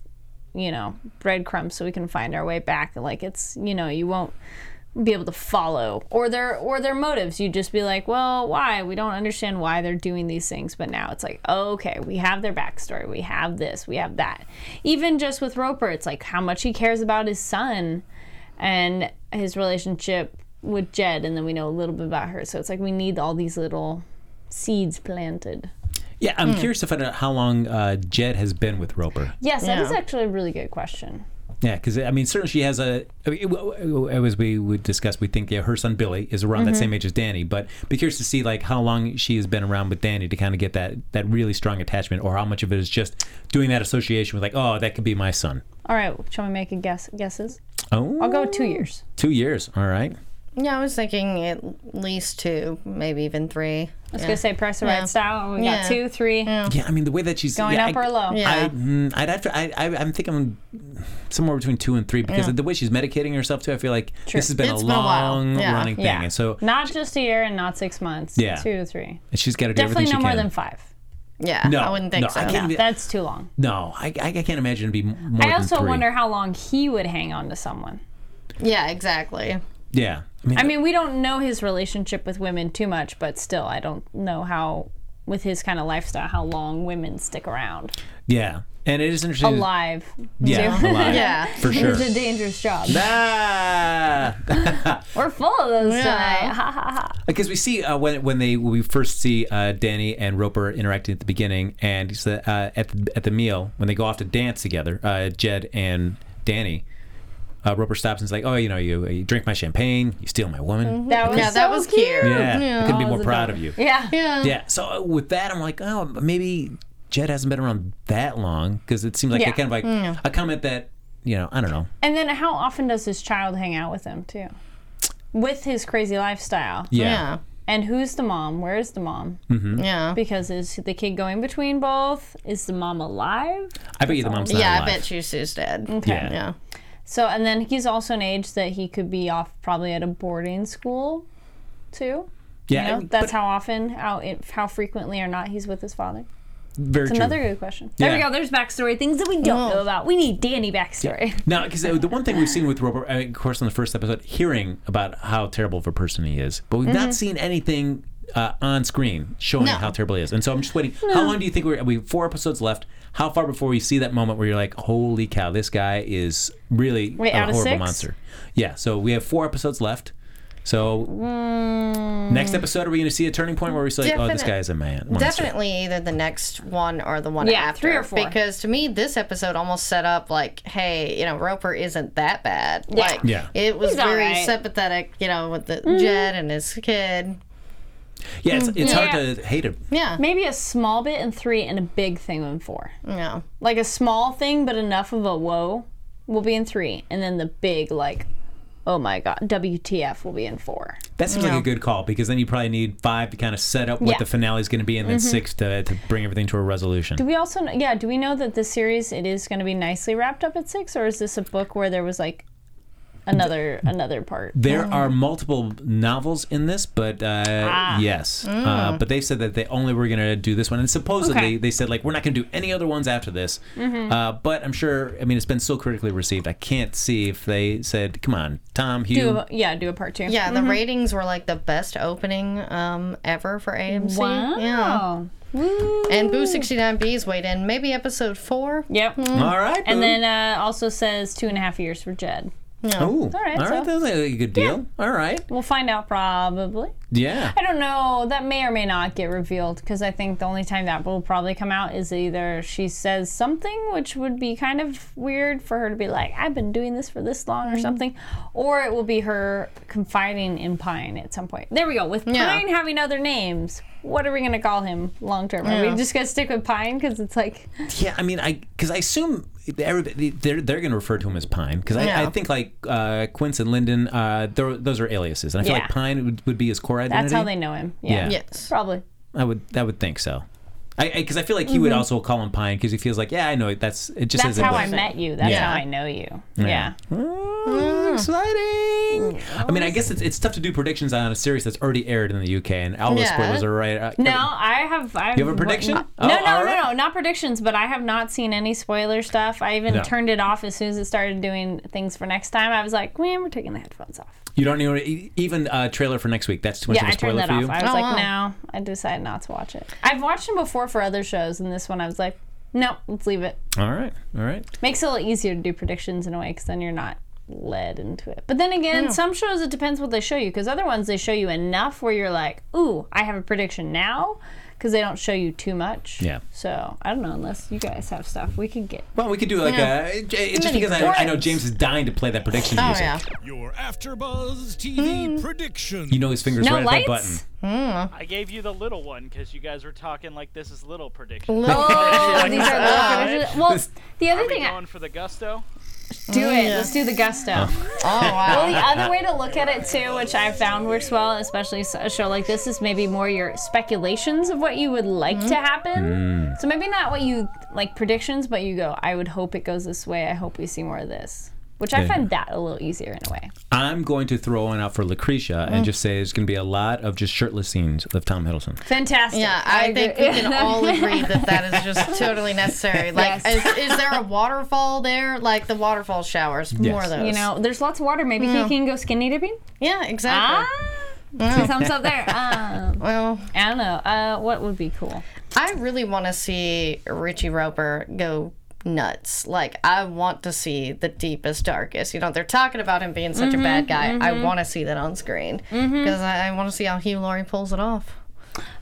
you know, breadcrumbs so we can find our way back. Like it's, you know, you won't be able to follow or their or their motives. You'd just be like, well, why? We don't understand why they're doing these things. But now it's like, oh, okay, we have their backstory. We have this. We have that. Even just with Roper, it's like how much he cares about his son and his relationship with Jed, and then we know a little bit about her. So it's like we need all these little seeds planted.
Yeah,
Hmm.
I'm curious to find out how long uh, Jed has been with Roper.
Yes, that is
Yeah.
actually a really good question.
Yeah, because I mean, certainly she has a. I mean, w- w- w- as we would discuss, we think yeah, her son Billy is around
Mm-hmm.
that same age as Danny, but be curious to see like how long she has been around with Danny to kind of get that that really strong attachment, or how much of it is just doing that association with like, oh, that could be my son.
All right, shall we make a guess? Guesses?
Oh,
I'll go two years.
two years. All right.
yeah, I was thinking at least two, maybe even three.
I was gonna say press the right style. We
Yeah.
got two, three,
Yeah, I mean the way that she's
going
yeah,
up
I-
or low.
Yeah.
I, mm, I'd have to. I, I, I'm thinking I'm somewhere between two and three because the way she's medicating herself too, I feel like this has been
It's
a
been a while.
long
Yeah.
running thing,
Yeah.
and so
not just a year and not six months.
Yeah.
Two to three.
she's got to do
Definitely
everything
no
she
more
can.
than five.
Yeah,
No,
I wouldn't think
no,
so.
I can't- Yeah.
That's too long.
No, I, I I can't imagine it'd be m- more
I
than
also
three.
wonder how long he would hang on to someone.
Yeah, exactly.
Yeah, I mean,
I mean, we don't know his relationship with women too much, but still, I don't know how, with his kind of lifestyle, how long women stick around
yeah, and it is interesting.
alive.
yeah,
too.
alive,
Yeah.
for sure.
It's a dangerous job.
Ah!
We're full of those tonight. Ha, ha, ha.
Because we see uh, when when they when we first see uh, Danny and Roper interacting at the beginning, and he's, uh, at the, at the meal when they go off to dance together, uh, Jed and Danny. Uh, Roper stops and is like, "Oh, you know, you, you drink my champagne, you steal my woman.
That was
Yeah, that was cute.
yeah, I couldn't be
Oh,
more
the
proud
dog.
of you."
Yeah.
Yeah.
Yeah. So uh, with that, I'm like, oh, maybe Jed hasn't been around that long because it seems like
Yeah. Hmm.
a kind of like a comment that you know I don't know.
And then how often does his child hang out with him too? With his crazy lifestyle.
Yeah.
Yeah.
And who's the mom? Where is the mom?
Hmm. Mm-hmm.
Yeah.
Because is the kid going between both? Is the mom alive?
I bet you the mom's not
Yeah, I
alive.
bet you Sue's dead.
Yeah.
Yeah.
So and then he's also an age that he could be off probably at a boarding school too.
Yeah,
You know,
and- but
that's how often, how it, how frequently or not he's with his father.
very
It's
true.
another good question. There
Yeah.
we go. There's backstory things that we don't know about. We need Danny backstory.
Now, because the one thing we've seen with Robert, uh, of course, on the first episode, hearing about how terrible of a person he is, but we've
Mm-hmm.
not seen anything uh, on screen showing
No.
how terrible he is. And so I'm just waiting. How long do you think we're? We have four episodes left. How far before we see that moment where you're like, "Holy cow, this guy is really
Wait,
a
out of
horrible
six?
monster." Yeah. So we have four episodes left. So
Mm.
next episode, are we going to see a turning point where we say, "Oh, this
Definite-
guy is a man"? Monster.
Definitely either the next one or the one
Yeah,
after.
three or four.
Because to me, this episode almost set up like, hey, you know, Roper isn't that bad. Like,
Yeah.
it was
He's all
very
right. Mm-hmm.
sympathetic, you know, with the Jed and his kid.
Yeah. It's, it's
Yeah.
hard to hate him.
Yeah.
Maybe a small bit in three and a big thing in four.
Yeah.
Like a small thing, but enough of a whoa will be in three, and then the big like, oh my god, WTF will be in four.
That seems like a good call because then you probably need five to kind of set up
Yeah. Mm-hmm.
what the finale is going to be, and then six to, to bring everything to a resolution.
Do we also kn- yeah? Do we know that this series it is going to be nicely wrapped up at six, or is this a book where there was like another another part?
There are multiple novels in this, but uh,
Ah.
yes, uh, but they said that they only were going to do this one, and supposedly
Mm. Okay. Mm-hmm.
they said like we're not going to do any other ones after this. Uh, but I'm sure. I mean, it's been so critically received. I can't see if they said, "Come on, Tom, Hugh."
Do a, yeah, do a part two.
Yeah, the ratings were like the best opening um, ever for AMC.
Wow.
Yeah.
Woo.
And Boo 69B's weighed in. Maybe episode four?
Yep.
All right,
Mm. And then uh, also says two and a half years for Jed.
oh, all right,
right,
all right
so-
that's a good deal. All right,
We'll find out probably.
yeah.
I don't know. That may or may not get revealed because I think the only time that will probably come out is either she says something, which would be kind of weird for her to be like, I've been doing this for this long or something, or it will be her confiding in Pine at some point. There we go. With
Yeah.
Pine having other names, what are we going to call him long term? Are we just going to stick with Pine because it's like,
Yeah, I mean, I because I assume everybody they're they're going to refer to him as Pine because I, I
Yeah.
think like uh, Quince and Linden, uh, they're- those are aliases, and I feel
Yeah.
like Pine would, would be his core identity.
that's how they know him.
Yeah.
Yeah.
Yes.
Probably.
I would I would think so. I because I, feel like he would also call him Pine because he feels like yeah I know it, that's it just
Mm-hmm. That's
isn't
how I
what-
met you. That's
Yeah.
how I know you. Yeah. Mm.
Oh, Exciting. I mean, I guess it's, it's tough to do predictions on a series that's already aired in the UK, and all those
Yeah.
spoilers are right. uh,
No, I have. I've,
You have a prediction?
No,
Oh,
no,
all
no,
right.
no, not predictions. But I have not seen any spoiler stuff. I even
No.
turned it off as soon as it started doing things for next time. I was like, man, we're taking the headphones off.
You don't need even uh, trailer for next week. That's too much
Yeah,
of
I
a spoiler
turned that
for
off.
you.
I was
Oh,
like,
wow.
no, I decided not to watch it. I've watched them before for other shows, and this one I was like, no, let's leave it.
All right, all right.
Makes it a little easier to do predictions in a way because then you're not led into it. But then again, some shows it depends what they show you because other ones they show you enough where you're like, ooh, I have a prediction now because they don't show you too much.
Yeah.
So I don't know unless you guys have stuff we could get.
Well, we could do like a it- it's just
Many
because I, I know
words.
James is dying to play that prediction
Oh,
music.
yeah.
Your AfterBuzz TV prediction.
You know his fingers
No
right at that button.
lights?
I gave you the little one because you guys were talking like this is little prediction.
Oh, these are
uh,
the predictions. Well, the other
Are we
thing, I,
going for the gusto?
do it. Let's do the gusto.
Oh, wow.
Well, the other way to look at it too, which I've found works well, especially s- a show like this, is maybe more your speculations of what you would like to happen. So maybe not what you like predictions, but you go, I would hope it goes this way. I hope we see more of this. Which I
Yeah.
find that a little easier in a way.
I'm going to throw one out for Lucretia
Mm.
and just say there's going to be a lot of just shirtless scenes of Tom Hiddleston.
Fantastic.
Yeah, I, think we
agree.
can all agree that that is just totally necessary. Like, is, is there a waterfall there? Like the waterfall showers, more of those.
you know, there's lots of water. Maybe he can go skinny dipping.
Yeah, exactly.
Ah, thumbs up there. Um,
Well,
I don't know. Uh, what would be cool?
I really want to see Richie Roper go nuts. Like, I want to see the deepest, darkest. You know, they're talking about him being such a bad guy.
Mm-hmm,
I want to see that on screen because I, I want to see how Hugh Laurie pulls it off.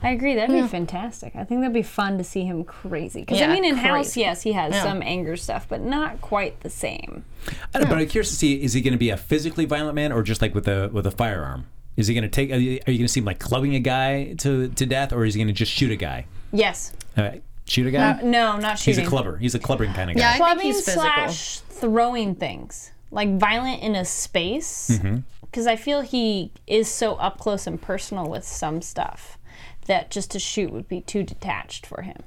I agree. That'd be fantastic. I think that'd be fun to see him crazy. Because I
Yeah,
mean, in House,
crazy.
yes, he has some anger stuff, but not quite the same.
I don't, But I'm curious to see is he going to be a physically violent man or just like with a with a firearm? Is he going to take? Are you, are you going to see him like clubbing a guy to to death or is he going to just shoot a guy?
Yes.
All right. Shoot a guy?
Uh, no, not
He's
shooting.
a clubber. He's a clubbering kind of guy.
Yeah, I think
clubbing
he's physical.
slash throwing things like violent in a space
Mm-hmm.
because i feel he is so up close and personal with some stuff that just to shoot would be too detached for him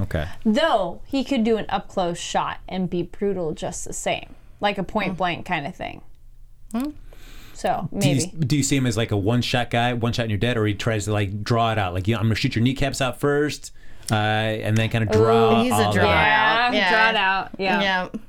Okay.
though he could do an up close shot and be brutal just the same like a point blank kind of thing Mm. so
Do you,
maybe
do you see him as like a one shot guy, one shot and you're dead, or he tries to like draw it out? Like, yeah, I'm going to shoot your kneecaps out first uh, and then kind of draw.
he's a
all that.
drawer.
yeah,
Yeah.
draw it out yeah, Ah.
Yeah.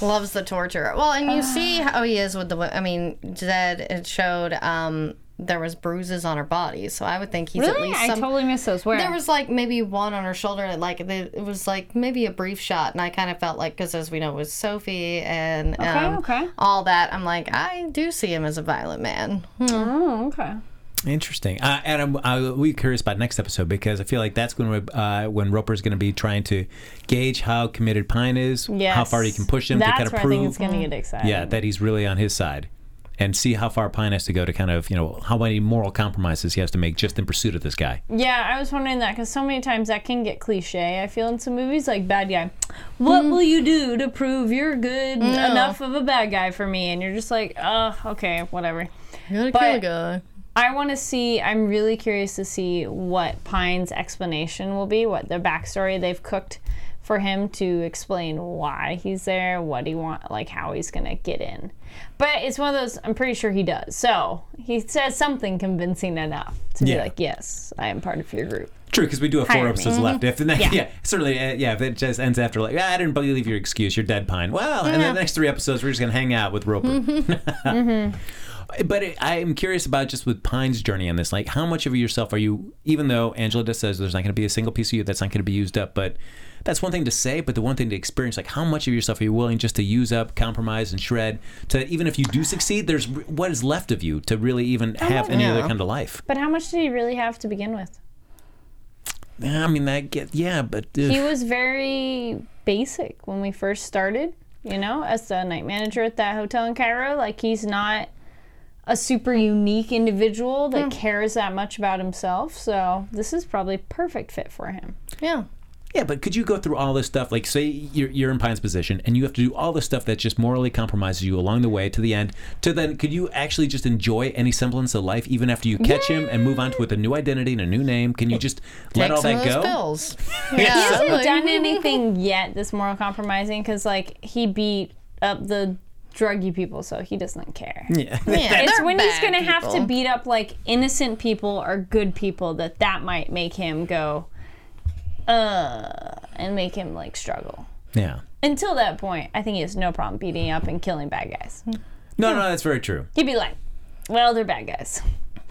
Loves the torture. Well, and you see how he is with the. wo- I mean, Zed. It showed um there was bruises on her body, so I would think he's at
Really?
least
I
some.
totally missed those. Where?
there was like maybe one on her shoulder, and like the- it was like maybe a brief shot, and I kind of felt like because as we know it was Sophie and um,
okay.
all that, I'm like I do see him as a violent man. Hmm.
oh, okay.
Interesting. Uh, Adam, I, we curious about next episode because I feel like that's when we- uh, when Roper's going to be trying to gauge how committed Pine is, how far he
Yes.
can push him
That's
to kind of
where
prove.
I think it's gonna get exciting.
yeah, that he's really on his side, and see how far Pine has to go to kind of you know how many moral compromises he has to make just in pursuit of this guy.
Yeah, I was wondering that because so many times that can get cliche. I feel in some movies like bad guy. What will you do to prove you're good enough of a bad guy for me? And you're just like, uh, okay, whatever.
You're
kill a
guy.
I want to see. I'm really curious to see what Pine's explanation will be, what the backstory they've cooked for him to explain why he's there, what he want, like how he's gonna get in. But it's one of those. I'm pretty sure he does. So he says something convincing enough to
Yeah.
be like, yes, I am part of your group.
True, because we do have four
Hire me.
episodes left. If the next, yeah.
Yeah.
certainly, uh, yeah. If it just ends after like, "Ah, I didn't believe your excuse, you're dead, Pine. Well, and then the next three episodes, we're just gonna hang out with Roper. But it, I'm curious about just with Pine's journey on this. Like, how much of yourself are you? Even though Angela just says there's not going to be a single piece of you that's not going to be used up, but that's one thing to say. But the one thing to experience, like, how much of yourself are you willing just to use up, compromise, and shred? To even if you do succeed, there's what is left of you to really even have any other kind of life.
But how much did he really have to begin with?
Yeah, I mean, that get yeah, but
He was very basic when we first started, you know, as the night manager at that hotel in Cairo. Like, he's not a super unique individual that cares that much about himself. So, this is probably perfect fit for him.
Yeah.
Yeah, but could you go through all this stuff? Like, say you're, you're in Pine's position, and you have to do all this stuff that just morally compromises you along the way to the end. To then, could you actually just enjoy any semblance of life, even after you catch him and move on to with a new identity and a new name? Can you just let
Take
all
some
that
of
go?
those pills.
He
Yeah.
hasn't
Like-
Done anything yet this moral compromising? Because, like, he beat up the druggy people, so he doesn't care.
Yeah.
Yeah,
It's
they're
when he's
bad
gonna have to
people.
beat up like innocent people or good people that that might make him go, uh, and make him like struggle.
yeah.
Until that point, I think he has no problem beating up and killing bad guys.
No, no, that's very true.
He'd be like, "Well, they're bad guys.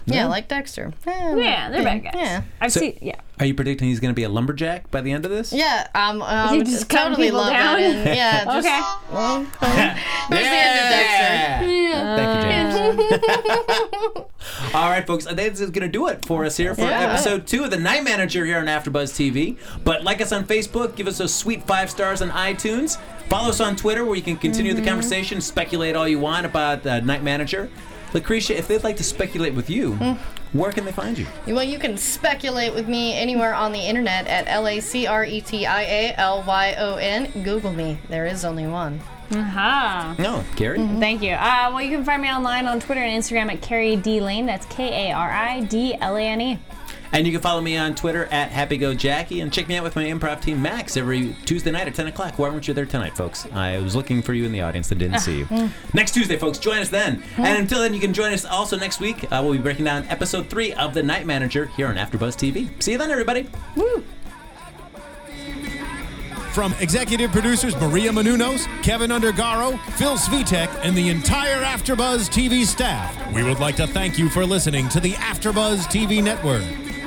Yeah, like Dexter. Eh,
Yeah, they're bad guys.
Yeah.
I've
So-
seen. Yeah,
Are you predicting he's going to be a lumberjack by the end of this?
Yeah, um, um
You just cut
totally
people
love
down?
that. And, yeah, just,
Okay.
Well, Where's the end of Dexter?
Thank you, James. All right, folks, that's going to do it for us here for
Yeah.
episode two of The Night Manager here on AfterBuzz TV. But like us on Facebook, give us those sweet five stars on iTunes. Follow us on Twitter where you can continue the conversation, speculate all you want about uh, Night Manager. Lucretia, if they'd like to speculate with you, where can they find you?
Well, you can speculate with me anywhere on the internet at L A C R E T I A L Y O N. Google me. There is only one.
aha.
No, Gary.
Thank you. Uh, well, you can find me online on Twitter and Instagram at Carrie D Lane. That's K A R I D L A N E.
And you can follow me on Twitter at HappyGoJackie and check me out with my improv team Max every Tuesday night at 10 o'clock. Why weren't you there tonight, folks? I was looking for you in the audience and didn't see you. next Tuesday, folks, join us then. And until then, you can join us also next week. Uh, we'll be breaking down episode three of The Night Manager here on AfterBuzz TV. See you then, everybody.
From executive producers Maria Manunos, Kevin Undergaro, Phil Svitek, and the entire AfterBuzz TV staff, we would like to thank you for listening to the AfterBuzz TV network.